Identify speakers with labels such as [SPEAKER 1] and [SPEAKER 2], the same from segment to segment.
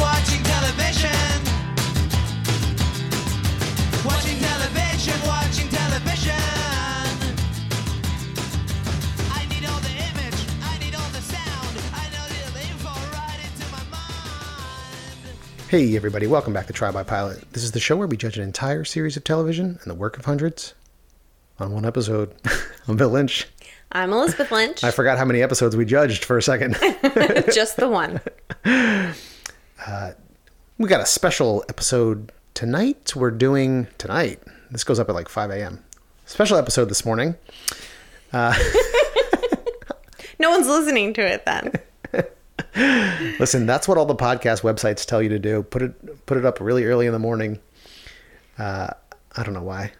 [SPEAKER 1] watching television. Watching television, watching television. I need all the image, I need all the sound. I know the info right into my mind.
[SPEAKER 2] Hey, everybody, welcome back to Try by Pilot. This is the show where we judge an entire series of television and the work of hundreds on one episode. I'm Bill Lynch.
[SPEAKER 3] I'm Elizabeth Lynch.
[SPEAKER 2] I forgot how many episodes we judged for a second.
[SPEAKER 3] Just the one.
[SPEAKER 2] we got a special episode tonight. We're doing tonight. This goes up at like 5 a.m. Special episode this morning.
[SPEAKER 3] No one's listening to it then.
[SPEAKER 2] Listen, that's what all the podcast websites tell you to do. Put it put it up really early in the morning. Uh, I don't know why.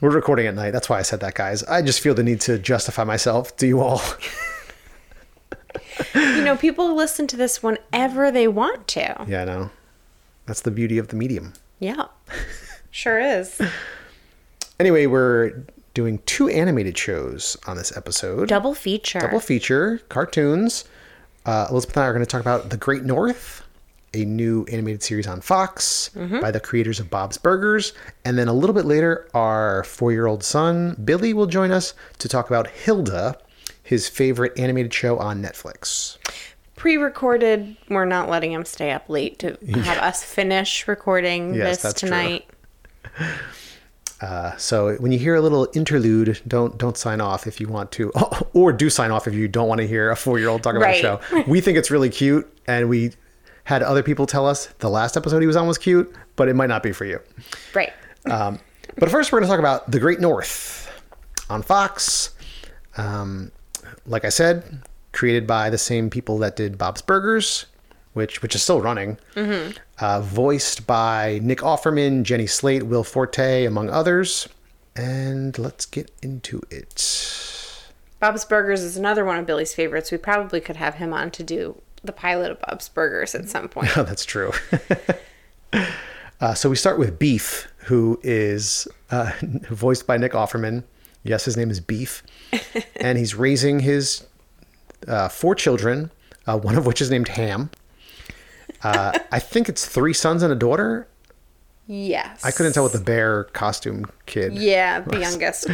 [SPEAKER 2] We're recording at night. That's why I said that, guys. I just feel the need to justify myself to you all.
[SPEAKER 3] You know, people listen to this whenever they want to.
[SPEAKER 2] Yeah, I know. That's the beauty of the medium.
[SPEAKER 3] Yeah. Sure is.
[SPEAKER 2] Anyway, we're doing two animated shows on this episode.
[SPEAKER 3] Double feature.
[SPEAKER 2] Double feature cartoons. Uh, Elizabeth and I are going to talk about The Great North, a new animated series on Fox by the creators of Bob's Burgers. And then a little bit later, our four year old son, Billy, will join us to talk about Hilda, his favorite animated show on Netflix.
[SPEAKER 3] Pre-recorded. We're not letting him stay up late to have us finish recording
[SPEAKER 2] Yes,
[SPEAKER 3] this
[SPEAKER 2] that's true.
[SPEAKER 3] tonight.
[SPEAKER 2] So when you hear a little interlude, don't don't sign off if you want to, or do sign off if you don't want to hear a four year old talk about a
[SPEAKER 3] Right.
[SPEAKER 2] show. We think it's really cute, and we had other people tell us the last episode he was on was cute, but it might not be for you.
[SPEAKER 3] Right.
[SPEAKER 2] But first, we're going to talk about The Great North on Fox. Um, like I said, created by the same people that did Bob's Burgers, which which is still running. Uh, voiced by Nick Offerman, Jenny Slate, Will Forte, among others. And let's get into it.
[SPEAKER 3] Bob's Burgers is another one of Billy's favorites. We probably could have him on to do the pilot of Bob's Burgers at some point.
[SPEAKER 2] Oh, that's true. uh, so we start with Beef, who is uh, voiced by Nick Offerman. Yes, his name is Beef, and he's raising his uh, four children, uh, one of which is named Ham. Uh, I think it's three sons and a daughter.
[SPEAKER 3] yes.
[SPEAKER 2] I couldn't tell with the bear costume kid.
[SPEAKER 3] Yeah, the youngest.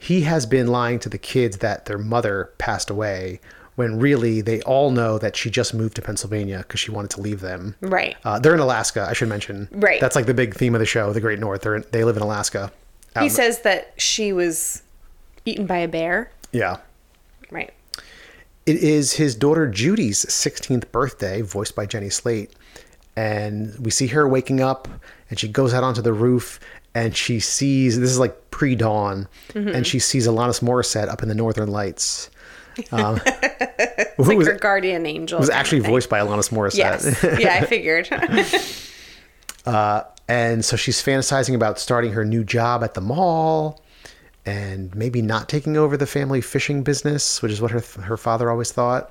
[SPEAKER 2] He has been lying to the kids that their mother passed away when really they all know that she just moved to Pennsylvania because she wanted to leave them.
[SPEAKER 3] Right.
[SPEAKER 2] Uh, they're in Alaska, I should mention.
[SPEAKER 3] Right.
[SPEAKER 2] That's like the big theme of the show, the Great North. They're in, they live in Alaska.
[SPEAKER 3] he
[SPEAKER 2] Um,
[SPEAKER 3] says that she was eaten by a bear.
[SPEAKER 2] Yeah.
[SPEAKER 3] Right.
[SPEAKER 2] It is his daughter Judy's 16th birthday, voiced by Jenny Slate. And we see her waking up and she goes out onto the roof and she sees this is like pre dawn
[SPEAKER 3] Mm-hmm.
[SPEAKER 2] and she sees Alanis Morissette up in the northern lights. Um, who
[SPEAKER 3] Like
[SPEAKER 2] was,
[SPEAKER 3] her guardian angel.
[SPEAKER 2] was
[SPEAKER 3] kind of
[SPEAKER 2] actually
[SPEAKER 3] thing.
[SPEAKER 2] voiced by Alanis Morissette.
[SPEAKER 3] Yes. Yeah, I figured.
[SPEAKER 2] And so she's fantasizing about starting her new job at the mall and maybe not taking over the family fishing business, which is what her, her father always thought.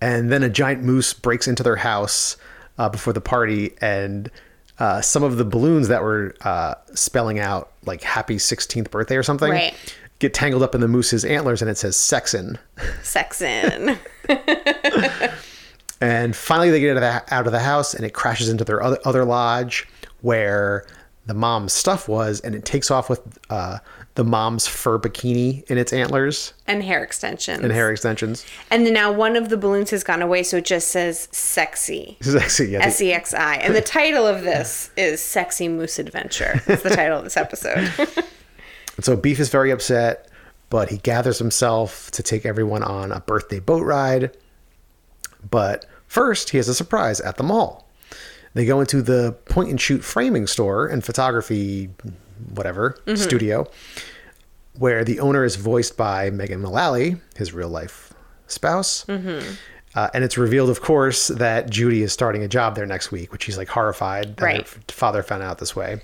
[SPEAKER 2] And then a giant moose breaks into their house uh, before the party, and uh, some of the balloons that were uh, spelling out like happy 16th birthday or something
[SPEAKER 3] Right.
[SPEAKER 2] get tangled up in the moose's antlers and it says sexin.
[SPEAKER 3] Sex in.
[SPEAKER 2] And finally, they get out of the, out of the house, and it crashes into their other, other lodge where the mom's stuff was, and it takes off with uh, the mom's fur bikini in its antlers
[SPEAKER 3] And hair extensions.
[SPEAKER 2] and hair extensions.
[SPEAKER 3] And then now one of the balloons has gone away, so it just says sexy.
[SPEAKER 2] This is actually, yeah,
[SPEAKER 3] S E X I. And the title of this is Sexy Moose Adventure. It's the title of this episode.
[SPEAKER 2] And so Beef is very upset, but he gathers himself to take everyone on a birthday boat ride. But first, he has a surprise at the mall. They go into the point and shoot framing store and photography, whatever, studio, where the owner is voiced by Megan Mullally, his real life spouse. Uh, and it's revealed, of course, that Judy is starting a job there next week, which he's like horrified that
[SPEAKER 3] Right.
[SPEAKER 2] her f- father found out this way.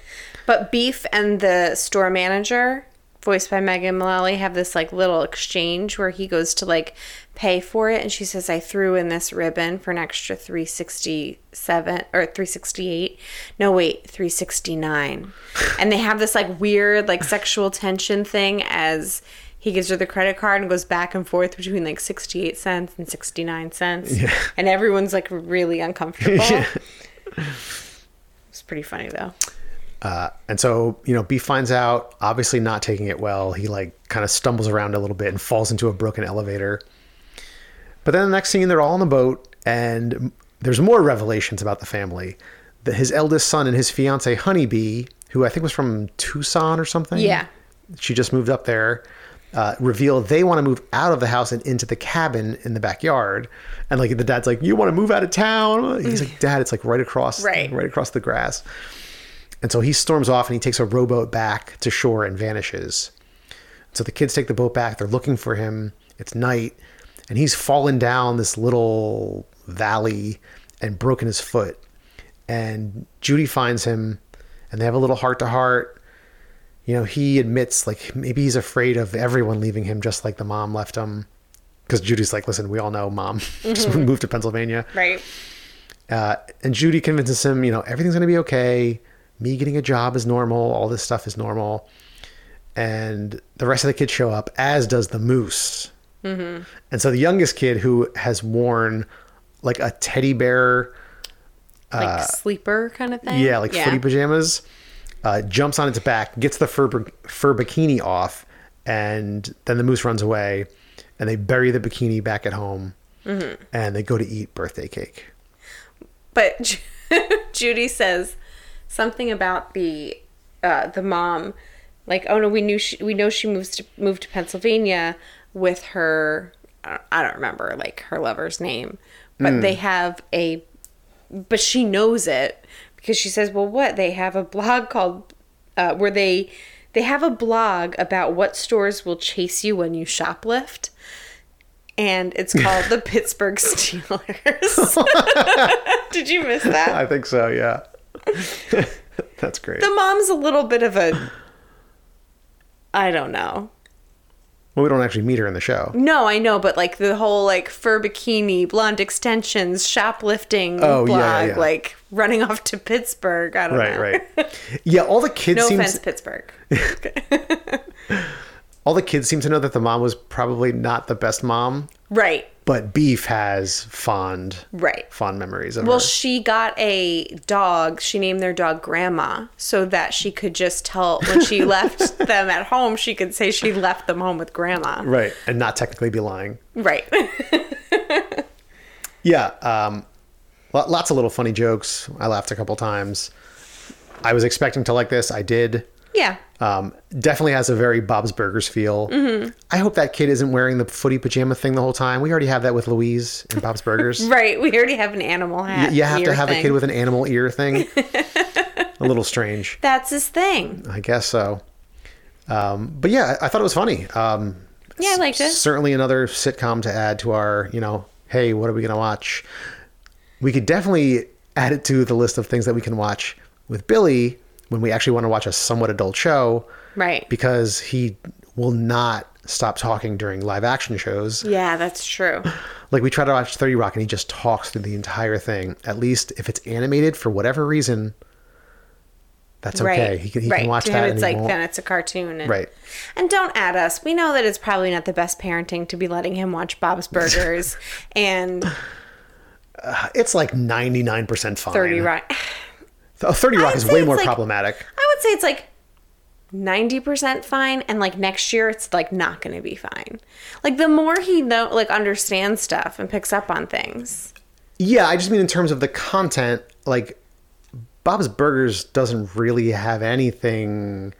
[SPEAKER 3] but Beef and the store manager, voiced by Megan Mullally, have this like little exchange where he goes to like pay for it, and she says, "I threw in this ribbon for an extra three sixty seven or three sixty eight. No, wait, three sixty nine. And they have this like weird like sexual tension thing as. He gives her the credit card and goes back and forth between like 68 cents and 69 cents. And everyone's like really uncomfortable. It's pretty funny though.
[SPEAKER 2] Uh, And so, you know, Beef finds out, obviously not taking it well. He like kind of stumbles around a little bit and falls into a broken elevator. But then the next scene, they're all on the boat, and there's more revelations about the family. That his eldest son and his fiance Honeybee, who I think was from Tucson or something,
[SPEAKER 3] Yeah.
[SPEAKER 2] she just moved up there. Uh, reveal they want to move out of the house and into the cabin in the backyard, and like the dad's like, "You want to move out of town?" He's like, "Dad, it's like right across,
[SPEAKER 3] Right.
[SPEAKER 2] right across the grass." And so he storms off and he takes a rowboat back to shore and vanishes. So the kids take the boat back. They're looking for him. It's night, and he's fallen down this little valley and broken his foot. And Judy finds him, and they have a little heart to heart. You know, he admits like maybe he's afraid of everyone leaving him, just like the mom left him. Because Judy's like, listen, we all know mom just moved to Pennsylvania.
[SPEAKER 3] Right.
[SPEAKER 2] Uh, and Judy convinces him, you know, everything's going to be okay. Me getting a job is normal. All this stuff is normal. And the rest of the kids show up, as does the moose. Mm-hmm. And so the youngest kid who has worn like a teddy bear,
[SPEAKER 3] Like sleeper kind of thing.
[SPEAKER 2] Uh, Mm-hmm. yeah, like footy pajamas, uh, jumps on its back, gets the fur, fur bikini off, and then the moose runs away. And they bury the bikini back at home. And they go to eat birthday cake.
[SPEAKER 3] But Ju- Judy says something about the uh, the mom, like, oh no, we knew she, we know she moves to moved to Pennsylvania with her. I don't- I don't remember like her lover's name, but
[SPEAKER 2] Hmm.
[SPEAKER 3] they have a. But she knows it because she says, "Well, what they have a blog called uh, where they they have a blog about what stores will chase you when you shoplift." And it's called the Pittsburgh Steelers. Did you miss that?
[SPEAKER 2] I think so, yeah. That's great.
[SPEAKER 3] the mom's a little bit of a I don't know.
[SPEAKER 2] Well, we don't actually meet her in the show.
[SPEAKER 3] No, I know, but like the whole like fur bikini, blonde extensions, shoplifting
[SPEAKER 2] Oh,
[SPEAKER 3] blog,
[SPEAKER 2] yeah, yeah, yeah.
[SPEAKER 3] like running off to Pittsburgh. I don't
[SPEAKER 2] Right,
[SPEAKER 3] know.
[SPEAKER 2] right. Yeah, all the kids
[SPEAKER 3] no
[SPEAKER 2] seems
[SPEAKER 3] offense, Pittsburgh.
[SPEAKER 2] all the kids seem to know that the mom was probably not the best mom,
[SPEAKER 3] Right,
[SPEAKER 2] but Beef has fond
[SPEAKER 3] right.
[SPEAKER 2] fond memories of
[SPEAKER 3] Well,
[SPEAKER 2] her.
[SPEAKER 3] she got a dog. She named their dog Grandma so that she could just tell when she left them at home, she could say she left them home with Grandma.
[SPEAKER 2] right, and not technically be lying.
[SPEAKER 3] Right.
[SPEAKER 2] Yeah, um, lo- lots of little funny jokes. I laughed a couple times. I was expecting to like this. I did.
[SPEAKER 3] yeah.
[SPEAKER 2] Um, definitely has a very Bob's Burgers feel.
[SPEAKER 3] Mm-hmm.
[SPEAKER 2] I hope that kid isn't wearing the footy pajama thing the whole time. We already have that with Louise in Bob's Burgers.
[SPEAKER 3] Right. We already have an animal hat.
[SPEAKER 2] you have to
[SPEAKER 3] ear
[SPEAKER 2] have a
[SPEAKER 3] thing.
[SPEAKER 2] kid with an animal ear thing. a little strange,
[SPEAKER 3] That's his thing.
[SPEAKER 2] I guess so. Um, but yeah, I I thought it was funny. Um,
[SPEAKER 3] Yeah, I liked it.
[SPEAKER 2] certainly another sitcom to add to our, you know, hey, what are we going to watch? We could definitely add it to the list of things that we can watch with Billy when we actually want to watch a somewhat adult show
[SPEAKER 3] Right.
[SPEAKER 2] because he will not stop talking during live action shows.
[SPEAKER 3] yeah, that's true.
[SPEAKER 2] Like we try to watch 30 Rock and he just talks through the entire thing. At least if it's animated for whatever reason, that's okay.
[SPEAKER 3] Right.
[SPEAKER 2] He can, he
[SPEAKER 3] right.
[SPEAKER 2] can watch
[SPEAKER 3] to
[SPEAKER 2] that
[SPEAKER 3] him,
[SPEAKER 2] and
[SPEAKER 3] it's
[SPEAKER 2] he
[SPEAKER 3] like
[SPEAKER 2] won't.
[SPEAKER 3] then it's a cartoon. And,
[SPEAKER 2] Right.
[SPEAKER 3] And don't add us. We know that it's probably not the best parenting to be letting him watch Bob's Burgers and
[SPEAKER 2] It's like 99% fine.
[SPEAKER 3] 30 Rock.
[SPEAKER 2] Oh, 30 Rock
[SPEAKER 3] I'd
[SPEAKER 2] is
[SPEAKER 3] say
[SPEAKER 2] way
[SPEAKER 3] it's
[SPEAKER 2] more
[SPEAKER 3] like-
[SPEAKER 2] problematic.
[SPEAKER 3] I would say it's like 90% fine and like next year it's like not going to be fine. Like the more he know like understands stuff and picks up on things.
[SPEAKER 2] Yeah, I just mean in terms of the content, like Bob's Burgers doesn't really have anything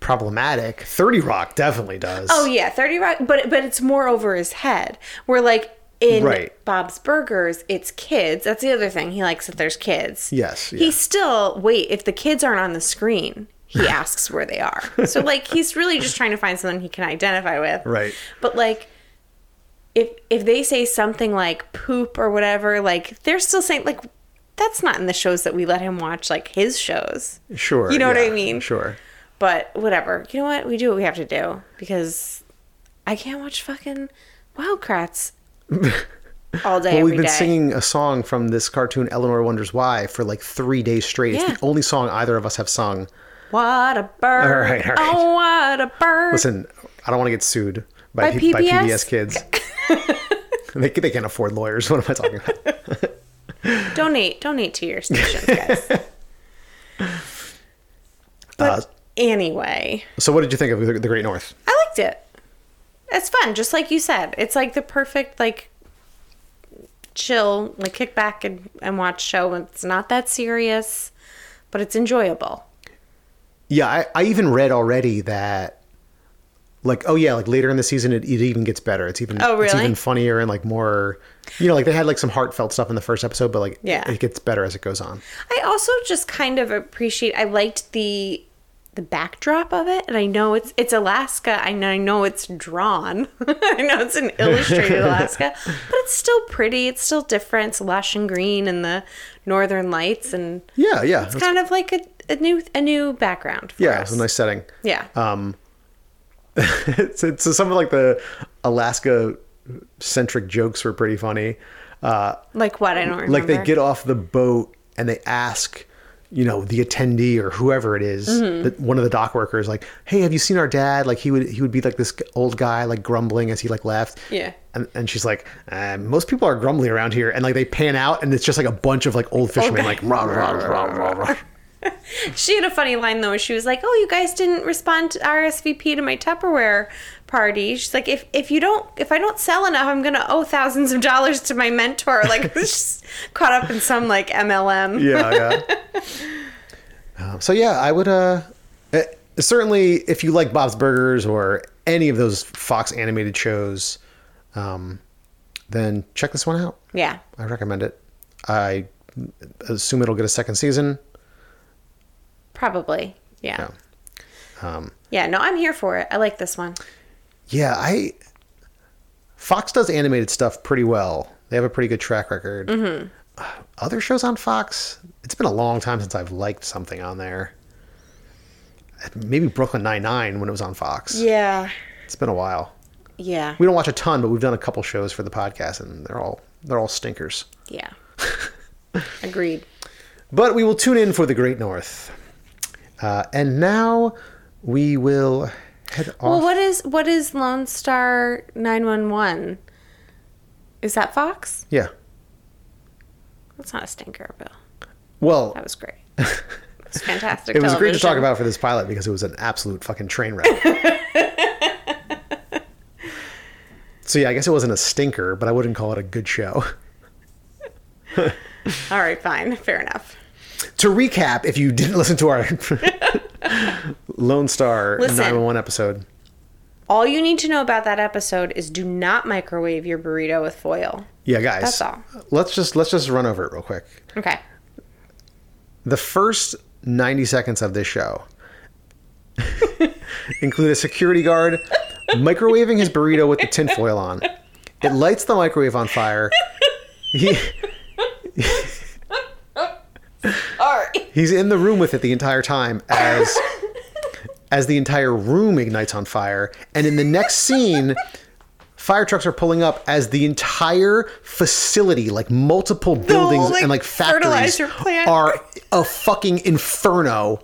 [SPEAKER 2] problematic. 30 Rock definitely does.
[SPEAKER 3] Oh yeah, Thirty Rock, but but it's more over his head. We're like in
[SPEAKER 2] Right.
[SPEAKER 3] Bob's Burgers, it's kids. That's the other thing he likes that there's kids.
[SPEAKER 2] Yes, yeah.
[SPEAKER 3] He still wait if the kids aren't on the screen. He asks where they are. So like he's really just trying to find something he can identify with.
[SPEAKER 2] Right.
[SPEAKER 3] But like if if they say something like poop or whatever, like they're still saying like that's not in the shows that we let him watch like his shows.
[SPEAKER 2] Sure.
[SPEAKER 3] You know what
[SPEAKER 2] yeah,
[SPEAKER 3] I mean?
[SPEAKER 2] Sure.
[SPEAKER 3] But whatever. You know what? We do what we have to do because I can't watch fucking Wildcrats all
[SPEAKER 2] Well,
[SPEAKER 3] day. every
[SPEAKER 2] we've been
[SPEAKER 3] day.
[SPEAKER 2] singing a song from this cartoon, Eleanor Wonders Why, for like three days straight.
[SPEAKER 3] Yeah.
[SPEAKER 2] It's the only song either of us have sung.
[SPEAKER 3] What a bird!
[SPEAKER 2] All right, all right.
[SPEAKER 3] Oh, what a bird!
[SPEAKER 2] Listen, I don't want to get sued by,
[SPEAKER 3] By
[SPEAKER 2] P- by
[SPEAKER 3] PBS?
[SPEAKER 2] PBS kids. they, they can't afford lawyers. What am I talking about?
[SPEAKER 3] Donate, donate to your stations, guys.
[SPEAKER 2] Uh,
[SPEAKER 3] anyway,
[SPEAKER 2] so, what did you think of The the Great North?
[SPEAKER 3] I liked it. It's fun, just like you said. It's like the perfect like chill, like kick back and, and watch show. It's not that serious, but it's enjoyable.
[SPEAKER 2] Yeah, I, I even read already that, like, oh yeah, like later in the season, it, it even gets better. It's even
[SPEAKER 3] Oh,
[SPEAKER 2] it's
[SPEAKER 3] really?
[SPEAKER 2] even funnier and like more, you know, like they had like some heartfelt stuff in the first episode, but like
[SPEAKER 3] Yeah.
[SPEAKER 2] it gets better as it goes on.
[SPEAKER 3] I also just kind of appreciate. I liked the the backdrop of it, and I know it's it's Alaska. I know I know it's drawn. I know it's an illustrated Alaska, but it's still pretty. It's still different. It's lush and green, and the northern lights, and
[SPEAKER 2] Yeah, yeah,
[SPEAKER 3] it's
[SPEAKER 2] that's-
[SPEAKER 3] kind of like a, a new a new background. For
[SPEAKER 2] yeah.
[SPEAKER 3] us.
[SPEAKER 2] It's a nice setting.
[SPEAKER 3] Yeah.
[SPEAKER 2] Um, so, so some of like the Alaska centric jokes were pretty funny. Uh,
[SPEAKER 3] like what I don't remember.
[SPEAKER 2] like they get off the boat and they ask you know the attendee or whoever it is,
[SPEAKER 3] Mm-hmm.
[SPEAKER 2] that one of the dock workers like hey have you seen our dad like he would he would be like this old guy like grumbling as he like left
[SPEAKER 3] Yeah.
[SPEAKER 2] and, and she's like uh, most people are grumbly around here and like they pan out and it's just like a bunch of like old fishermen like rah, rah, rah, rah, rah.
[SPEAKER 3] She had a funny line though. She was like, "Oh, you guys didn't respond to RSVP to my Tupperware party." She's like, "If if you don't, if I don't sell enough, I'm gonna owe thousands of dollars to my mentor." Like, she's caught up in some like MLM.
[SPEAKER 2] yeah, yeah. Um, so yeah, I would uh, uh, certainly if you like Bob's Burgers or any of those Fox animated shows, um, then check this one out.
[SPEAKER 3] Yeah.
[SPEAKER 2] I recommend it. I assume it'll get a second season.
[SPEAKER 3] probably. Yeah.
[SPEAKER 2] Yeah. Um,
[SPEAKER 3] yeah. no, I'm here for it. I like this one.
[SPEAKER 2] Yeah, I Fox does animated stuff pretty well. They have a pretty good track record. Uh, Other shows on Fox, it's been a long time since I've liked something on there. Maybe Brooklyn Nine Nine when it was on Fox.
[SPEAKER 3] Yeah,
[SPEAKER 2] It's been a while.
[SPEAKER 3] yeah,
[SPEAKER 2] We don't watch a ton, but we've done a couple shows for the podcast, and they're all they're all stinkers.
[SPEAKER 3] yeah. Agreed.
[SPEAKER 2] But we will tune in for the Great North. Uh, and now we will head off.
[SPEAKER 3] Well, what is what is Lone Star Nine One One? Is that Fox?
[SPEAKER 2] yeah.
[SPEAKER 3] That's not a stinker, Bill.
[SPEAKER 2] Well,
[SPEAKER 3] That was great. It was fantastic.
[SPEAKER 2] it was great to talk
[SPEAKER 3] television.
[SPEAKER 2] about for this pilot because it was an absolute fucking train wreck. so yeah, I guess it wasn't a stinker, but I wouldn't call it a good show.
[SPEAKER 3] All right, fine, fair enough.
[SPEAKER 2] to recap, if you didn't listen to our Lone Star
[SPEAKER 3] Listen.
[SPEAKER 2] 911 episode,
[SPEAKER 3] All you need to know about that episode is do not microwave your burrito with foil.
[SPEAKER 2] yeah, guys,
[SPEAKER 3] That's all.
[SPEAKER 2] let's just let's just run over it real quick.
[SPEAKER 3] Okay.
[SPEAKER 2] The first 90 seconds of this show include a security guard microwaving his burrito with the tinfoil on. It lights the microwave on fire. He,
[SPEAKER 3] All right.
[SPEAKER 2] he's in the room with it the entire time as as the entire room ignites on fire. And in the next scene, fire trucks are pulling up as the entire facility, like multiple buildings
[SPEAKER 3] whole, like,
[SPEAKER 2] and like factories,
[SPEAKER 3] fertilizer plant.
[SPEAKER 2] are a fucking inferno.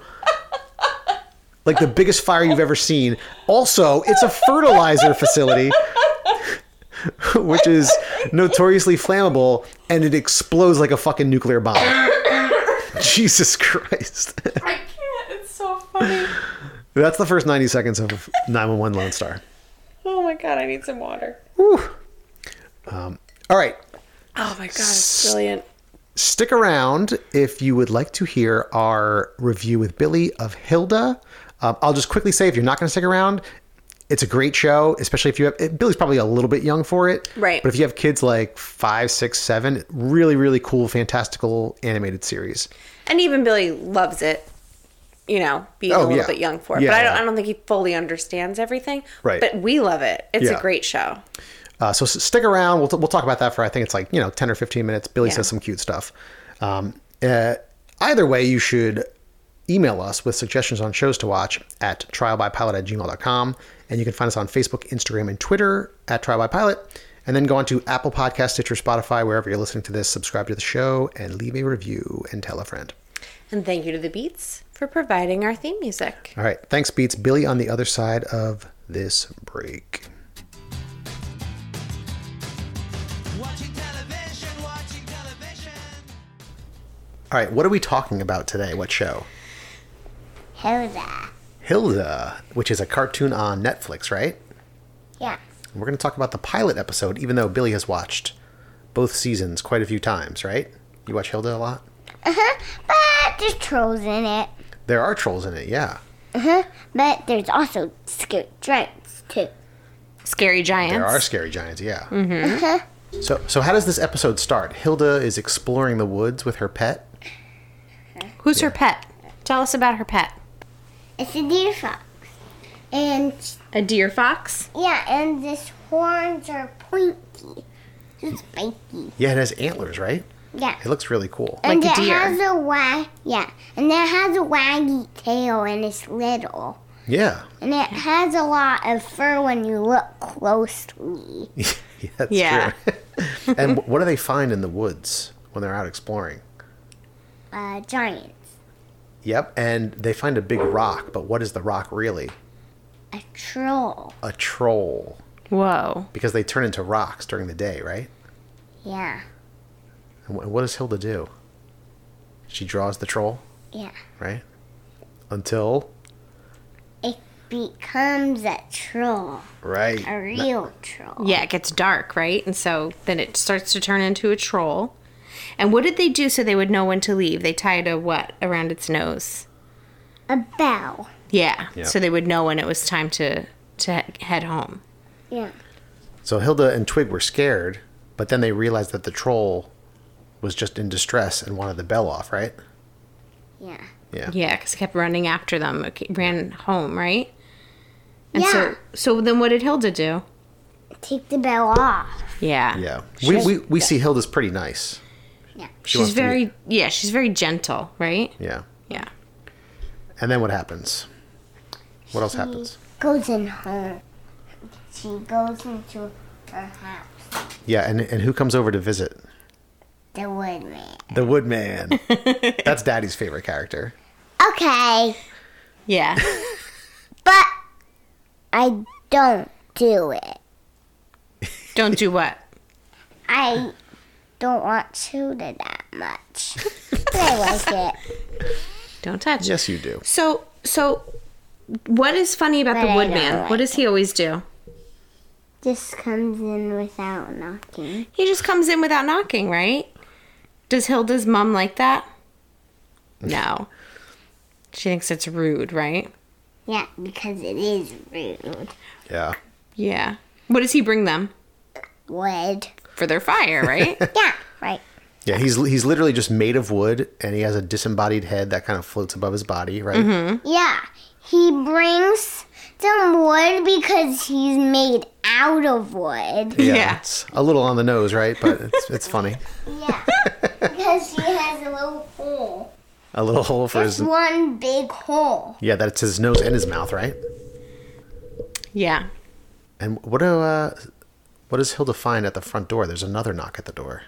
[SPEAKER 2] like the biggest fire you've ever seen. Also, it's a fertilizer facility. Which is notoriously flammable and it explodes like a fucking nuclear bomb. Jesus Christ.
[SPEAKER 3] I can't. It's so funny.
[SPEAKER 2] That's the first 90 seconds of 911 Lone Star.
[SPEAKER 3] Oh my god, I need some water.
[SPEAKER 2] All right.
[SPEAKER 3] Oh my god, it's brilliant.
[SPEAKER 2] Stick around if you would like to hear our review with Billy of Hilda. Um, I'll just quickly say if you're not going to stick around, it's a great show, especially if you have. it- Billy's probably a little bit young for it.
[SPEAKER 3] Right.
[SPEAKER 2] But if you have kids like five, six, seven, really, really cool, fantastical animated series.
[SPEAKER 3] And even Billy loves it. You know, being a
[SPEAKER 2] Oh,
[SPEAKER 3] little
[SPEAKER 2] yeah.
[SPEAKER 3] bit young for it.
[SPEAKER 2] Yeah,
[SPEAKER 3] but I don't,
[SPEAKER 2] yeah.
[SPEAKER 3] I don't think he fully understands everything.
[SPEAKER 2] Right.
[SPEAKER 3] But we love it. It's
[SPEAKER 2] Yeah.
[SPEAKER 3] a great show.
[SPEAKER 2] Uh, so s- stick around. We'll, t- we'll talk about that for I think it's like you know ten or fifteen minutes. Billy
[SPEAKER 3] Yeah.
[SPEAKER 2] says some cute stuff. Um, uh, either way, you should email us with suggestions on shows to watch at trialbypilot at gmail.com. And you can find us on Facebook, Instagram, and Twitter at Trial by Pilot. And then go on to Apple Podcast, Stitcher, Spotify, wherever you're listening to this, subscribe to the show and leave a review and tell a friend.
[SPEAKER 3] And thank you to the Beats for providing our theme music.
[SPEAKER 2] All right. Thanks, Beats. Billy on the other side of this break.
[SPEAKER 1] Watching television, watching television.
[SPEAKER 2] All right. What are we talking about today? What show?
[SPEAKER 4] Hilda.
[SPEAKER 2] Hilda, which is a cartoon on Netflix, right?
[SPEAKER 4] Yeah.
[SPEAKER 2] We're going to talk about the pilot episode, even though Billy has watched both seasons quite a few times, right? You watch Hilda a lot?
[SPEAKER 4] But there's trolls in it.
[SPEAKER 2] There are trolls in it, yeah.
[SPEAKER 4] But there's also scary giants too.
[SPEAKER 3] Scary Giants.
[SPEAKER 2] There are scary giants, yeah. Mm-hmm. So, so how does this episode start? Hilda is exploring the woods with her pet.
[SPEAKER 3] Who's her pet? Tell us about her pet.
[SPEAKER 4] It's a deer fox. And
[SPEAKER 3] A deer fox?
[SPEAKER 4] yeah, and this horns are pointy. It's spiky.
[SPEAKER 2] Yeah, it has antlers, right?
[SPEAKER 4] Yeah.
[SPEAKER 2] It looks really cool.
[SPEAKER 4] and
[SPEAKER 3] like a
[SPEAKER 4] it
[SPEAKER 3] deer.
[SPEAKER 4] has a wag yeah. And it has a waggy tail and it's little.
[SPEAKER 2] Yeah.
[SPEAKER 4] And it has a lot of fur when you look closely.
[SPEAKER 2] yeah, that's
[SPEAKER 3] Yeah.
[SPEAKER 2] true. and wh- what do they find in the woods when they're out exploring?
[SPEAKER 4] Uh giants.
[SPEAKER 2] Yep, and they find a big rock, but what is the rock really?
[SPEAKER 4] A troll.
[SPEAKER 2] A troll,
[SPEAKER 3] Whoa.
[SPEAKER 2] because they turn into rocks during the day, right?
[SPEAKER 4] Yeah.
[SPEAKER 2] And wh- what does Hilda do? She draws the troll,
[SPEAKER 4] Yeah.
[SPEAKER 2] right? Until
[SPEAKER 4] It becomes a troll.
[SPEAKER 2] right.
[SPEAKER 4] A real troll.
[SPEAKER 3] Yeah, it gets dark, right? And so then it starts to turn into a troll. And what did they do so they would know when to leave? They tied a what around its nose?
[SPEAKER 4] A bell.
[SPEAKER 3] Yeah.
[SPEAKER 2] Yeah.
[SPEAKER 3] So they would know when it was time to to he- head home.
[SPEAKER 4] Yeah.
[SPEAKER 2] So Hilda and Twig were scared, but then they realized that the troll was just in distress and wanted the bell off, right?
[SPEAKER 4] Yeah.
[SPEAKER 2] Yeah.
[SPEAKER 3] Yeah, because it kept running after them. It ke- ran home, right? And
[SPEAKER 4] Yeah.
[SPEAKER 3] so so then what did Hilda do?
[SPEAKER 4] Take the bell off.
[SPEAKER 3] Yeah.
[SPEAKER 2] Yeah. We, we, we see Hilda's pretty nice.
[SPEAKER 4] Yeah.
[SPEAKER 2] wants
[SPEAKER 3] She's
[SPEAKER 2] to be-
[SPEAKER 3] very yeah, she's very gentle, right?
[SPEAKER 2] Yeah.
[SPEAKER 3] Yeah.
[SPEAKER 2] And then what happens? What else happens?
[SPEAKER 4] Goes in her. She goes into her house.
[SPEAKER 2] Yeah, and, and who comes over to visit?
[SPEAKER 4] The woodman.
[SPEAKER 2] The Woodman. That's Daddy's favorite character.
[SPEAKER 4] Okay,
[SPEAKER 3] Yeah.
[SPEAKER 4] but I don't do it.
[SPEAKER 3] Don't do what?
[SPEAKER 4] I don't want Tilda that much. But I like it.
[SPEAKER 3] Don't touch.
[SPEAKER 2] Yes, you do.
[SPEAKER 3] So so what is funny about
[SPEAKER 4] But I
[SPEAKER 3] the
[SPEAKER 4] don't
[SPEAKER 3] woodman?
[SPEAKER 4] like
[SPEAKER 3] what does he always do?
[SPEAKER 4] Just comes in without knocking.
[SPEAKER 3] He just comes in without knocking, right? Does Hilda's mom like that? No. She thinks it's rude, right?
[SPEAKER 4] Yeah, because it is rude.
[SPEAKER 2] Yeah.
[SPEAKER 3] Yeah. What does he bring them?
[SPEAKER 4] Wood.
[SPEAKER 3] For their fire, right?
[SPEAKER 4] Yeah, right.
[SPEAKER 2] Yeah, he's he's literally just made of wood and he has a disembodied head that kind of floats above his body, right?
[SPEAKER 4] Yeah, he brings some wood because he's made out of wood.
[SPEAKER 3] Yeah.
[SPEAKER 2] It's a little on the nose, right? But it's, it's funny.
[SPEAKER 4] Yeah, because he has a little hole.
[SPEAKER 2] A little hole for his.
[SPEAKER 4] Just one big hole.
[SPEAKER 2] Yeah, that's his nose and his mouth, right?
[SPEAKER 3] yeah.
[SPEAKER 2] And what do uh, what does Hilda find at the front door? There's another knock at the door.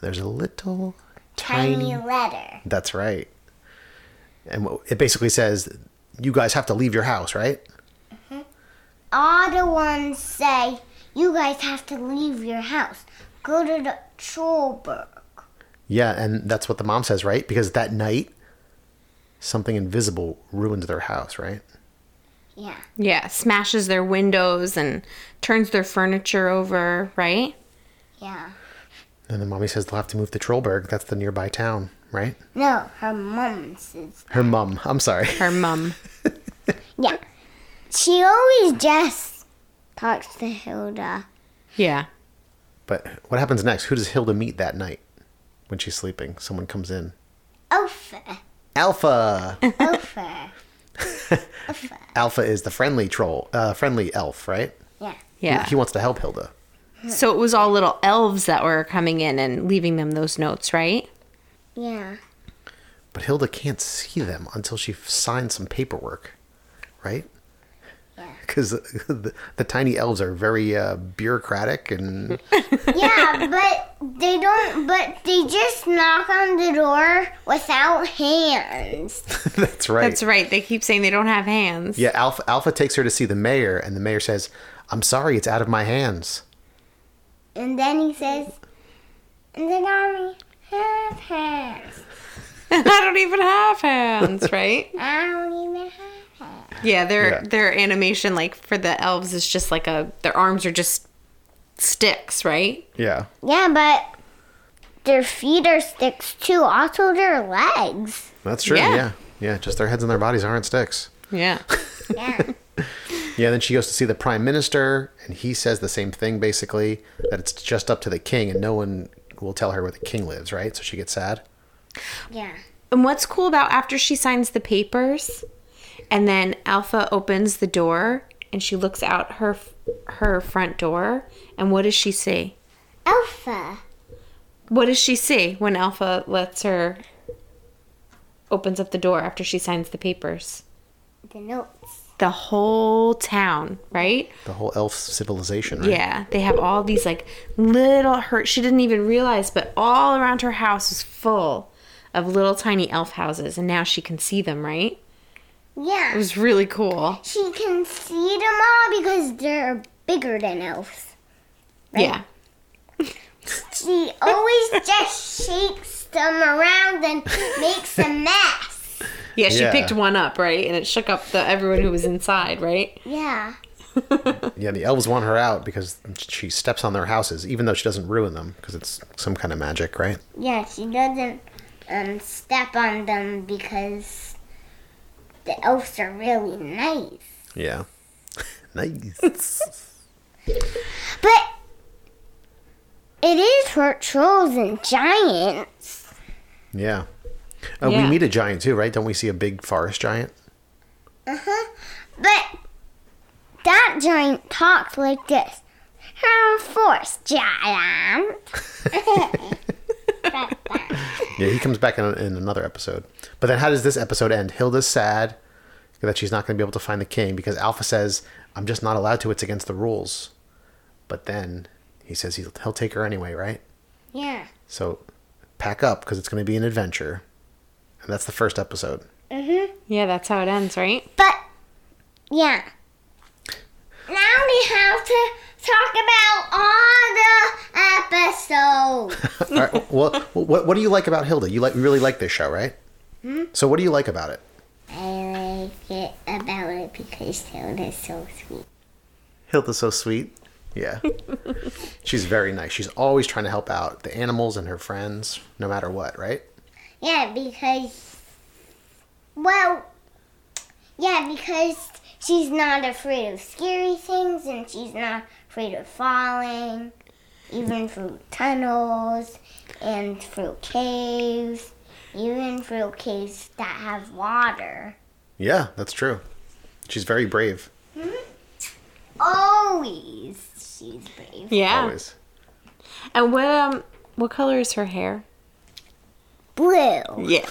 [SPEAKER 2] There's a little tiny.
[SPEAKER 4] Tiny letter.
[SPEAKER 2] That's right. And wh- it basically says, "You guys have to leave your house, right?"
[SPEAKER 4] All the ones say, you guys have to leave your house. Go to the Trollberg.
[SPEAKER 2] Yeah, and that's what the mom says, right? Because that night, something invisible ruined their house, right?
[SPEAKER 4] Yeah,
[SPEAKER 3] Yeah. Smashes their windows and turns their furniture over, right?
[SPEAKER 4] yeah.
[SPEAKER 2] And then mommy says they'll have to move to Trollberg. That's the nearby town, right?
[SPEAKER 4] No, her mom says,
[SPEAKER 2] Her mum. I'm sorry.
[SPEAKER 3] Her mum.
[SPEAKER 4] yeah. She always just talks to Hilda.
[SPEAKER 3] Yeah.
[SPEAKER 2] But what happens next? Who does Hilda meet that night when she's sleeping? Someone comes in.
[SPEAKER 4] Ofer,
[SPEAKER 2] Alpha.
[SPEAKER 4] Ofer.
[SPEAKER 2] Alpha is the friendly troll, uh, friendly elf, right?
[SPEAKER 4] Yeah,
[SPEAKER 3] Yeah.
[SPEAKER 2] He wants to help Hilda.
[SPEAKER 3] So it was all little elves that were coming in and leaving them those notes, right?
[SPEAKER 4] yeah.
[SPEAKER 2] But Hilda can't see them until she signs some paperwork, right?
[SPEAKER 4] Yeah.
[SPEAKER 2] Because the, the, tiny elves are very uh, bureaucratic and
[SPEAKER 4] Yeah, but they don't. But they just knock on the door without hands.
[SPEAKER 2] that's right.
[SPEAKER 3] That's right. They keep saying they don't have hands.
[SPEAKER 2] Yeah, Alpha, Alpha takes her to see the mayor, and the mayor says, I'm sorry, it's out of my hands.
[SPEAKER 4] And then he says, "And then I have hands.
[SPEAKER 3] I don't even have hands, right?
[SPEAKER 4] I don't even have hands."
[SPEAKER 3] Yeah, their
[SPEAKER 2] Yeah.
[SPEAKER 3] their animation like for the elves is just like a their arms are just sticks, right?
[SPEAKER 2] Yeah.
[SPEAKER 4] Yeah, but their feet are sticks too. Also, their legs.
[SPEAKER 2] That's true. Yeah.
[SPEAKER 3] Yeah.
[SPEAKER 2] yeah. just their heads and their bodies aren't sticks.
[SPEAKER 3] Yeah.
[SPEAKER 4] Yeah.
[SPEAKER 2] Yeah, then she goes to see the prime minister, and he says the same thing basically that it's just up to the king, and no one will tell her where the king lives, right? So she gets sad.
[SPEAKER 4] yeah.
[SPEAKER 3] and what's cool about after she signs the papers and then Alpha opens the door and she looks out her her front door and what does she see?
[SPEAKER 4] Alpha.
[SPEAKER 3] What does she see when Alpha lets her opens up the door after she signs the papers?
[SPEAKER 4] The notes.
[SPEAKER 3] The whole town, right?
[SPEAKER 2] The whole elf civilization, right?
[SPEAKER 3] Yeah, they have all these like little her. She didn't even realize, but all around her house is full of little tiny elf houses, and now she can see them. Right? It
[SPEAKER 4] Yeah.
[SPEAKER 3] was really cool.
[SPEAKER 4] She can see them all because they're bigger than elves.
[SPEAKER 3] Yeah,
[SPEAKER 4] She always just shakes them around and makes a mess.
[SPEAKER 3] yeah. She
[SPEAKER 2] Yeah.
[SPEAKER 3] picked one up, right, and it shook up the everyone who was inside, right?
[SPEAKER 4] Yeah.
[SPEAKER 2] Yeah, the elves want her out because she steps on their houses, even though she doesn't ruin them because it's some kind of magic, right?
[SPEAKER 4] Yeah, she doesn't um, step on them because the elves are really nice.
[SPEAKER 2] Yeah. nice.
[SPEAKER 4] But it is for trolls and giants.
[SPEAKER 2] Yeah. Uh, We
[SPEAKER 3] Yeah.
[SPEAKER 2] meet a giant too, right? Don't we see a big forest giant?
[SPEAKER 4] But that giant talks like this. Her force giant.
[SPEAKER 2] Yeah, he comes back in, in another episode. But then how does this episode end? Hilda's sad that she's not going to be able to find the king because Alpha says, I'm just not allowed to. It's against the rules. But then he says he'll, he'll take her anyway, right?
[SPEAKER 4] Yeah.
[SPEAKER 2] So pack up because it's going to be an adventure. And that's the first episode.
[SPEAKER 3] Yeah, that's how it ends, right?
[SPEAKER 4] But yeah. Now we have to talk about all the episodes.
[SPEAKER 2] All right, well, what, what do you like about Hilda? You like you really like this show, right? So what do you like about it?
[SPEAKER 4] I like it about it because Tilda's so sweet.
[SPEAKER 2] Hilda's so sweet. Yeah. She's very nice. She's always trying to help out the animals and her friends, no matter what, right?
[SPEAKER 4] Yeah, because. Well, yeah, because she's not afraid of scary things and she's not afraid of falling, even through tunnels and through caves, even through caves that have water.
[SPEAKER 2] Yeah, that's true. She's very brave,
[SPEAKER 4] Always she's brave.
[SPEAKER 3] Yeah.
[SPEAKER 2] always.
[SPEAKER 3] And what um, what color is her hair?
[SPEAKER 4] Blue.
[SPEAKER 3] Yeah.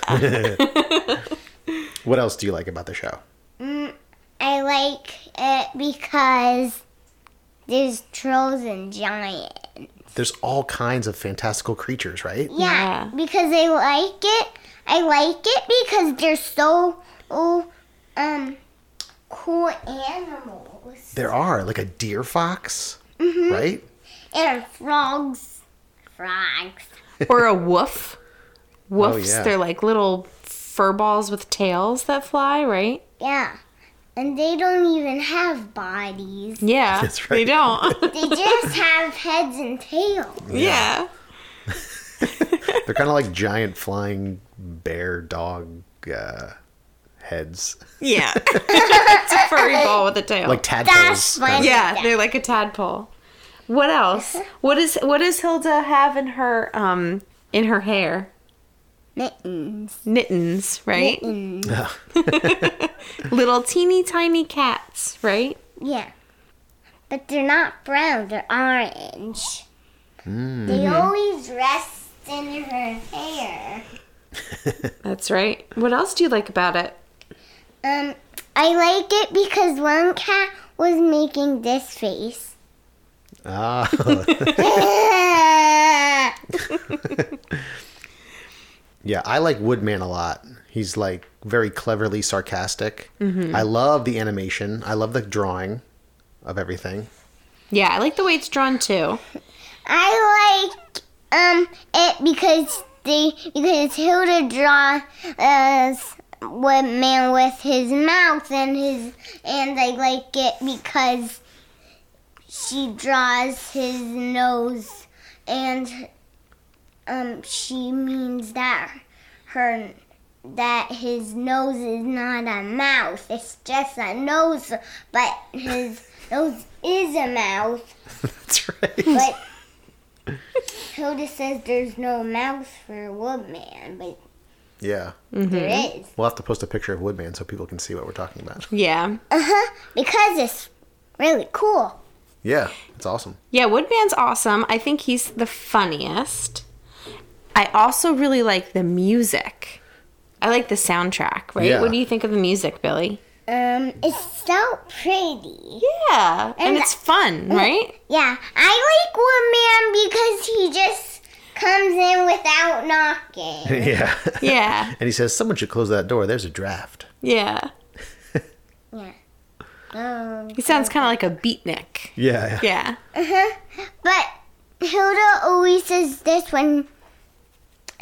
[SPEAKER 2] What else do you like about the show?
[SPEAKER 4] I like it because there's trolls and giants.
[SPEAKER 2] There's all kinds of fantastical creatures, right?
[SPEAKER 4] Yeah,
[SPEAKER 3] Yeah.
[SPEAKER 4] because I like it. I like it because they're so um cool animals
[SPEAKER 2] There are, like a deer fox, right?
[SPEAKER 4] and frogs. Frogs.
[SPEAKER 3] or a woof. Woofs.
[SPEAKER 2] Oh, yeah.
[SPEAKER 3] They're like little fur balls with tails that fly, right?
[SPEAKER 4] Yeah. And they don't even have bodies.
[SPEAKER 3] Yeah,
[SPEAKER 2] That's
[SPEAKER 3] they
[SPEAKER 2] right.
[SPEAKER 3] don't.
[SPEAKER 4] They just have heads and tails.
[SPEAKER 3] yeah.
[SPEAKER 2] They're kind of like giant flying bear dog uh, heads,
[SPEAKER 3] Yeah. it's a furry ball with a tail.
[SPEAKER 2] like tadpoles.
[SPEAKER 4] funny.
[SPEAKER 3] yeah, they're like a tadpole. What else? What is what does Hilda have in her um in her hair?
[SPEAKER 4] Mittens.
[SPEAKER 3] Mittens, right? Little teeny tiny cats, right?
[SPEAKER 4] Yeah. But they're not brown, they're orange. They always rest in her hair.
[SPEAKER 3] That's right. What else do you like about it?
[SPEAKER 4] Um, I like it because one cat was making this face.
[SPEAKER 2] Ah, yeah. I like Woodman a lot. He's like very cleverly sarcastic. I love the animation. I love the drawing of everything.
[SPEAKER 3] Yeah, I like the way it's drawn too.
[SPEAKER 4] I like um it because they because Hilda draws as what man with his mouth and his and I like it because she draws his nose and um she means that her that his nose is not a mouth it's just a nose but his nose is a mouth
[SPEAKER 2] That's right.
[SPEAKER 4] but Hilda says there's no mouth for Woodman, but
[SPEAKER 2] Yeah.
[SPEAKER 4] there is.
[SPEAKER 2] We'll have to post a picture of Woodman so people can see what we're talking about.
[SPEAKER 3] Yeah.
[SPEAKER 4] Because it's really cool.
[SPEAKER 2] Yeah, it's awesome.
[SPEAKER 3] Yeah, Woodman's awesome. I think he's the funniest. I also really like the music. I like the soundtrack, right?
[SPEAKER 2] Yeah.
[SPEAKER 3] What do you think of the music, Billy?
[SPEAKER 4] Um, it's so pretty.
[SPEAKER 3] Yeah. And, it's fun, right?
[SPEAKER 4] Yeah, I like Woodman because he just comes in without knocking.
[SPEAKER 2] Yeah.
[SPEAKER 3] Yeah.
[SPEAKER 2] and he says, Someone should close that door. There's a draft.
[SPEAKER 3] Yeah.
[SPEAKER 4] Yeah. Um,
[SPEAKER 3] He sounds kind of like a beatnik.
[SPEAKER 2] Yeah.
[SPEAKER 3] Yeah.
[SPEAKER 4] but Hilda always says this when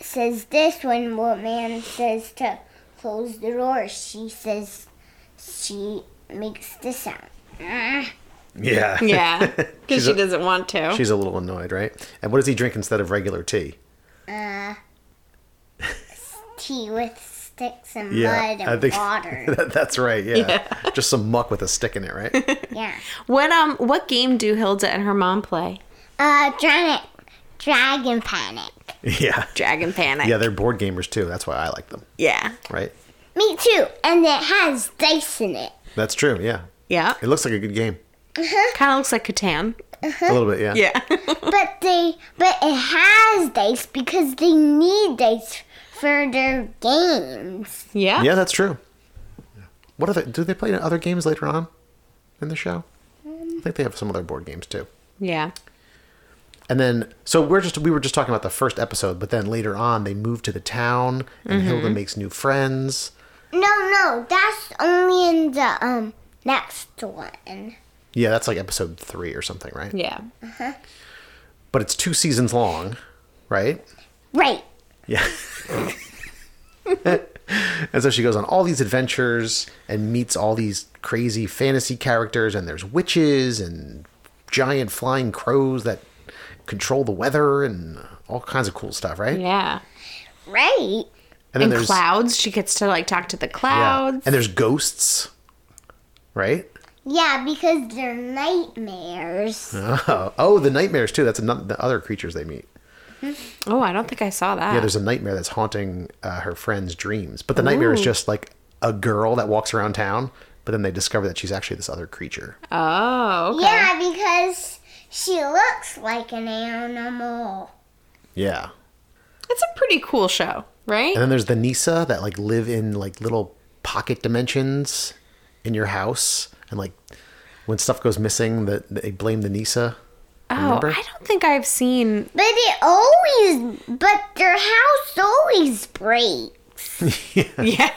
[SPEAKER 4] says this when Woodman says to close the door. She says she makes the sound. Ah.
[SPEAKER 2] Yeah.
[SPEAKER 3] Yeah.
[SPEAKER 2] She's
[SPEAKER 3] Because she
[SPEAKER 2] a-
[SPEAKER 3] doesn't want to.
[SPEAKER 2] She's a little annoyed, right? And what does he drink instead of regular tea?
[SPEAKER 4] uh, tea with sticks and mud and
[SPEAKER 2] I think
[SPEAKER 4] water.
[SPEAKER 2] that- that's right. Yeah. just some muck with a stick in it, right?
[SPEAKER 4] yeah.
[SPEAKER 3] What um what game do Hilda and her mom play?
[SPEAKER 4] Uh, dragon, dragon panic.
[SPEAKER 2] yeah,
[SPEAKER 3] Dragon Panic.
[SPEAKER 2] yeah. They're board gamers too. That's why I like them,
[SPEAKER 3] Yeah.
[SPEAKER 2] right?
[SPEAKER 4] Me too. And it has dice in it.
[SPEAKER 2] That's true. Yeah,
[SPEAKER 3] Yeah.
[SPEAKER 2] it looks like a good game.
[SPEAKER 3] Kind of looks like Catan.
[SPEAKER 2] A little bit, yeah.
[SPEAKER 3] Yeah.
[SPEAKER 4] But they, but it has dice because they need dice for their games.
[SPEAKER 3] yeah.
[SPEAKER 2] Yeah, that's true. What other do they play other games later on in the show? I think they have some other board games too.
[SPEAKER 3] Yeah.
[SPEAKER 2] And then, so we're just we were just talking about the first episode, but then later on they move to the town, and
[SPEAKER 3] Mm-hmm.
[SPEAKER 2] Hilda makes new friends.
[SPEAKER 4] No, no, that's only in the um next one.
[SPEAKER 2] Yeah, that's like episode three or something, right?
[SPEAKER 3] Yeah.
[SPEAKER 2] But it's two seasons long, right?
[SPEAKER 4] Right.
[SPEAKER 2] Yeah. and so she goes on all these adventures and meets all these crazy fantasy characters, and there's witches and giant flying crows that control the weather and all kinds of cool stuff, right?
[SPEAKER 3] Yeah.
[SPEAKER 4] Right.
[SPEAKER 2] And
[SPEAKER 3] And
[SPEAKER 2] then there's
[SPEAKER 3] clouds. She gets to like talk to the
[SPEAKER 2] yeah.
[SPEAKER 3] clouds.
[SPEAKER 2] and there's ghosts, right?
[SPEAKER 4] Yeah, because they're nightmares.
[SPEAKER 2] Oh, oh, the nightmares too. That's another the other creatures they meet.
[SPEAKER 3] oh, I don't think I saw that.
[SPEAKER 2] Yeah, there's a nightmare that's haunting uh, her friend's dreams, but the nightmare is just like a girl that walks around town. But then they discover that she's actually this other creature.
[SPEAKER 3] oh, okay.
[SPEAKER 4] Yeah, because she looks like an animal.
[SPEAKER 2] Yeah.
[SPEAKER 3] It's a pretty cool show, right?
[SPEAKER 2] And then there's the Nisa that like live in like little pocket dimensions in your house, and like when stuff goes missing, that they blame the Nisa.
[SPEAKER 3] oh, I don't think I've seen.
[SPEAKER 4] But it always, but their house always breaks.
[SPEAKER 3] Yeah.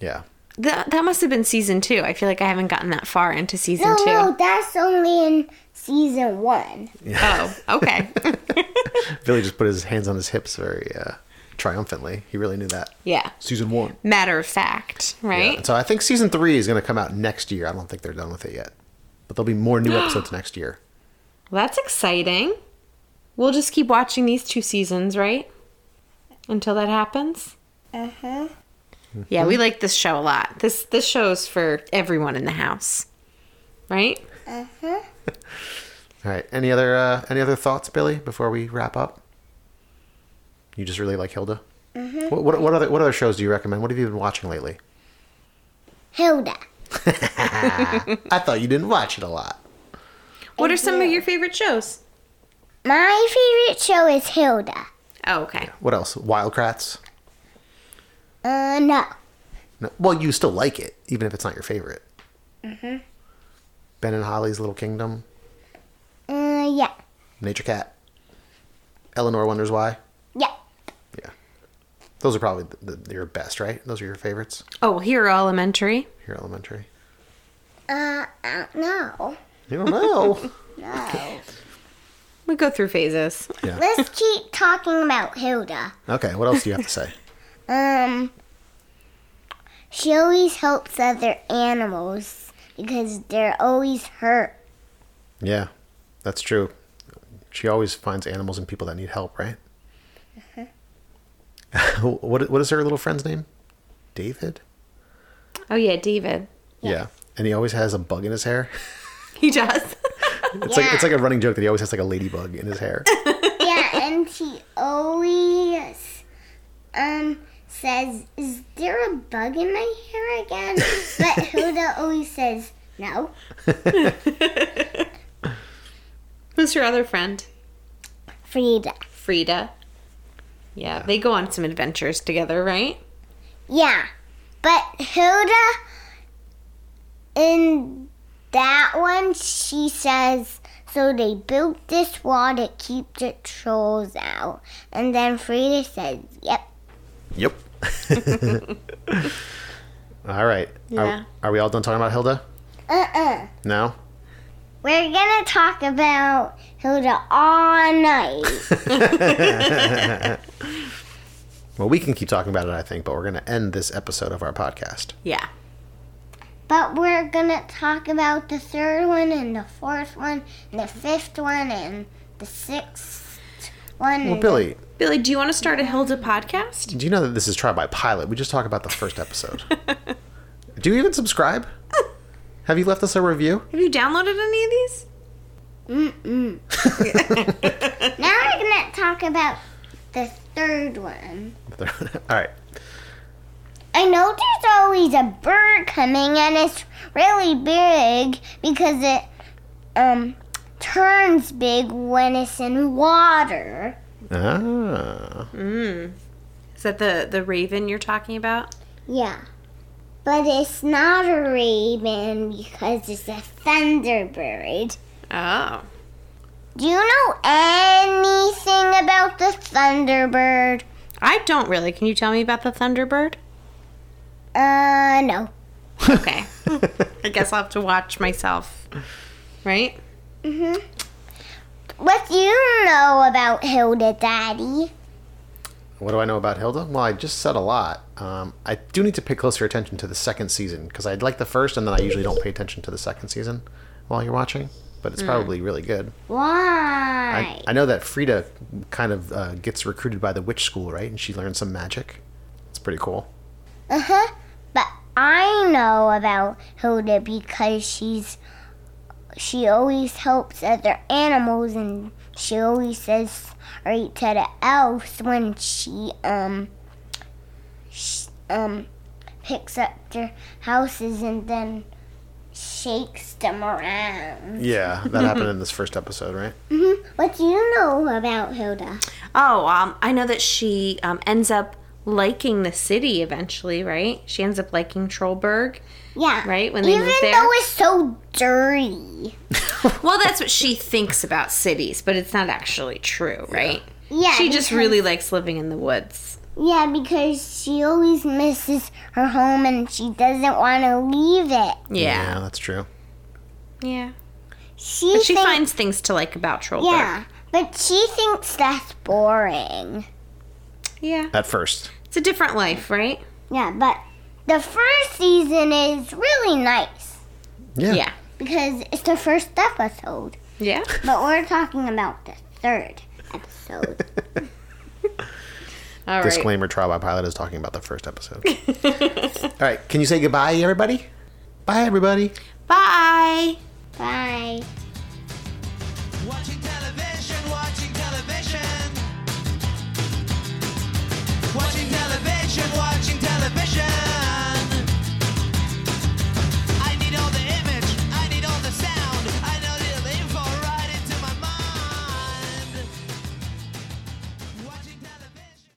[SPEAKER 2] Yeah.
[SPEAKER 3] that, that must have been season two. I feel like I haven't gotten that far into season
[SPEAKER 4] No,
[SPEAKER 3] two.
[SPEAKER 4] no, that's only in season one.
[SPEAKER 3] Oh, okay.
[SPEAKER 2] Billy just put his hands on his hips very uh, triumphantly. He really knew that.
[SPEAKER 3] yeah.
[SPEAKER 2] Season one.
[SPEAKER 3] Matter of fact, right?
[SPEAKER 2] Yeah. So I think season three is going to come out next year. I don't think they're done with it yet, but there'll be more new episodes next year.
[SPEAKER 3] Well, that's exciting. We'll just keep watching these two seasons, right? Until that happens. Uh huh. Yeah, we like this show a lot. This this show's for everyone in the house, right?
[SPEAKER 2] All right. Any other uh, any other thoughts, Billy, before we wrap up? You just really like Hilda. What, what what other what other shows do you recommend? What have you been watching lately?
[SPEAKER 4] Hilda.
[SPEAKER 2] I thought you didn't watch it a lot.
[SPEAKER 3] What are some of your favorite shows?
[SPEAKER 4] My favorite show is Hilda.
[SPEAKER 3] Oh, okay.
[SPEAKER 2] What else? Wildcrats.
[SPEAKER 4] Uh, no.
[SPEAKER 2] No, well, you still like it, even if it's not your favorite. Mm-hmm. Ben and Holly's Little Kingdom,
[SPEAKER 4] Uh, yeah.
[SPEAKER 2] Nature Cat, Eleanor Wonders Why.
[SPEAKER 4] Yeah.
[SPEAKER 2] Yeah, those are probably the, the, your best, right? Those are your favorites.
[SPEAKER 3] Oh, here elementary.
[SPEAKER 2] Your elementary.
[SPEAKER 4] Uh, uh, no.
[SPEAKER 2] You don't know.
[SPEAKER 4] No.
[SPEAKER 3] We go through phases.
[SPEAKER 4] Let's keep talking about Hilda.
[SPEAKER 2] okay, what else do you have to say?
[SPEAKER 4] Um, she always helps other animals because they're always hurt.
[SPEAKER 2] Yeah, that's true. She always finds animals and people that need help, right? what what is her little friend's name? David.
[SPEAKER 3] Oh yeah, David.
[SPEAKER 2] Yeah, and he always has a bug in his hair.
[SPEAKER 3] He does.
[SPEAKER 2] It's like it's like a running joke that he always has like a ladybug in his hair.
[SPEAKER 4] yeah, and he always um says, "Is there a bug in my hair again?" But Hilda always says, "No."
[SPEAKER 3] Who's your other friend?
[SPEAKER 4] Frida.
[SPEAKER 3] Frida. Yeah, they go on some adventures together, right?
[SPEAKER 4] Yeah, but Hilda in that one she says. So they built this wall to keep the trolls out. And then Frida says, Yep,
[SPEAKER 2] Yep. all right.
[SPEAKER 3] Yeah.
[SPEAKER 2] Are, are we all done talking about Hilda?
[SPEAKER 4] Uh-uh.
[SPEAKER 2] No.
[SPEAKER 4] We're gonna talk about Hilda all night.
[SPEAKER 2] Well, we can keep talking about it, I think, but we're going to end this episode of our podcast.
[SPEAKER 3] Yeah.
[SPEAKER 4] but we're gonna talk about the third one and the fourth one and the fifth one and the sixth one.
[SPEAKER 2] Well,
[SPEAKER 4] and-
[SPEAKER 2] Billy,
[SPEAKER 3] Billy, do you want to start a Hilda podcast?
[SPEAKER 2] do you know that this is Try by Pilot? We just talked about the first episode. do you even subscribe? Have you left us a review?
[SPEAKER 3] Have you downloaded any of these?
[SPEAKER 4] now we're gonna talk about the third one.
[SPEAKER 2] all right.
[SPEAKER 4] I know there's always a bird coming and it's really big because it um turns big when it's in water.
[SPEAKER 2] Ah.
[SPEAKER 3] Is that the the raven you're talking about?
[SPEAKER 4] Yeah. But it's not a raven because it's a thunderbird.
[SPEAKER 3] Oh.
[SPEAKER 4] Do you know anything about the thunderbird?
[SPEAKER 3] I don't really. Can you tell me about the Thunderbird?
[SPEAKER 4] Uh, no.
[SPEAKER 3] Okay. I guess I'll have to watch myself. Right?
[SPEAKER 4] What do you know about Hilda Daddy?
[SPEAKER 2] What do I know about Hilda? Well, I just said a lot. Um, I do need to pay closer attention to the second season because I like the first, and then I usually don't pay attention to the second season while you're watching. But
[SPEAKER 3] Hmm.
[SPEAKER 2] it's probably really good.
[SPEAKER 4] Why?
[SPEAKER 2] I, I know that Frida kind of uh, gets recruited by the witch school, right? And she learns some magic. It's pretty cool.
[SPEAKER 4] Uh huh. But I know about Hilda because she's she always helps other animals and she always says right to the elves when she um sh- um picks up their houses and then shakes them around.
[SPEAKER 2] Yeah, that happened in this first episode, right?
[SPEAKER 4] What do you know about Hilda?
[SPEAKER 3] Oh, um, I know that she um, ends up liking the city eventually, right? She ends up liking Trollberg.
[SPEAKER 4] Yeah.
[SPEAKER 3] Right, when they
[SPEAKER 4] Even
[SPEAKER 3] moved there?
[SPEAKER 4] though it's so dirty.
[SPEAKER 3] Well, that's what she thinks about cities, but it's not actually true, right?
[SPEAKER 4] Yeah.
[SPEAKER 3] she just
[SPEAKER 4] because-
[SPEAKER 3] really likes living in the woods.
[SPEAKER 4] Yeah, because she always misses her home and she doesn't want to leave it.
[SPEAKER 3] Yeah.
[SPEAKER 2] that's true.
[SPEAKER 3] Yeah.
[SPEAKER 4] She,
[SPEAKER 3] But she
[SPEAKER 4] thinks,
[SPEAKER 3] finds things to like about Trollberg.
[SPEAKER 4] yeah, but she thinks that's boring.
[SPEAKER 3] Yeah.
[SPEAKER 2] At first.
[SPEAKER 3] It's a different life, right?
[SPEAKER 4] Yeah, but the first season is really nice
[SPEAKER 2] Yeah.
[SPEAKER 3] Yeah.
[SPEAKER 4] because it's the first episode.
[SPEAKER 3] Yeah.
[SPEAKER 4] But we're talking about the third episode.
[SPEAKER 3] All right.
[SPEAKER 2] Disclaimer: Trial by Pilot is talking about the first episode. All right, can you say goodbye, everybody? Bye, everybody.
[SPEAKER 3] Bye.
[SPEAKER 4] Bye.
[SPEAKER 1] Watching television.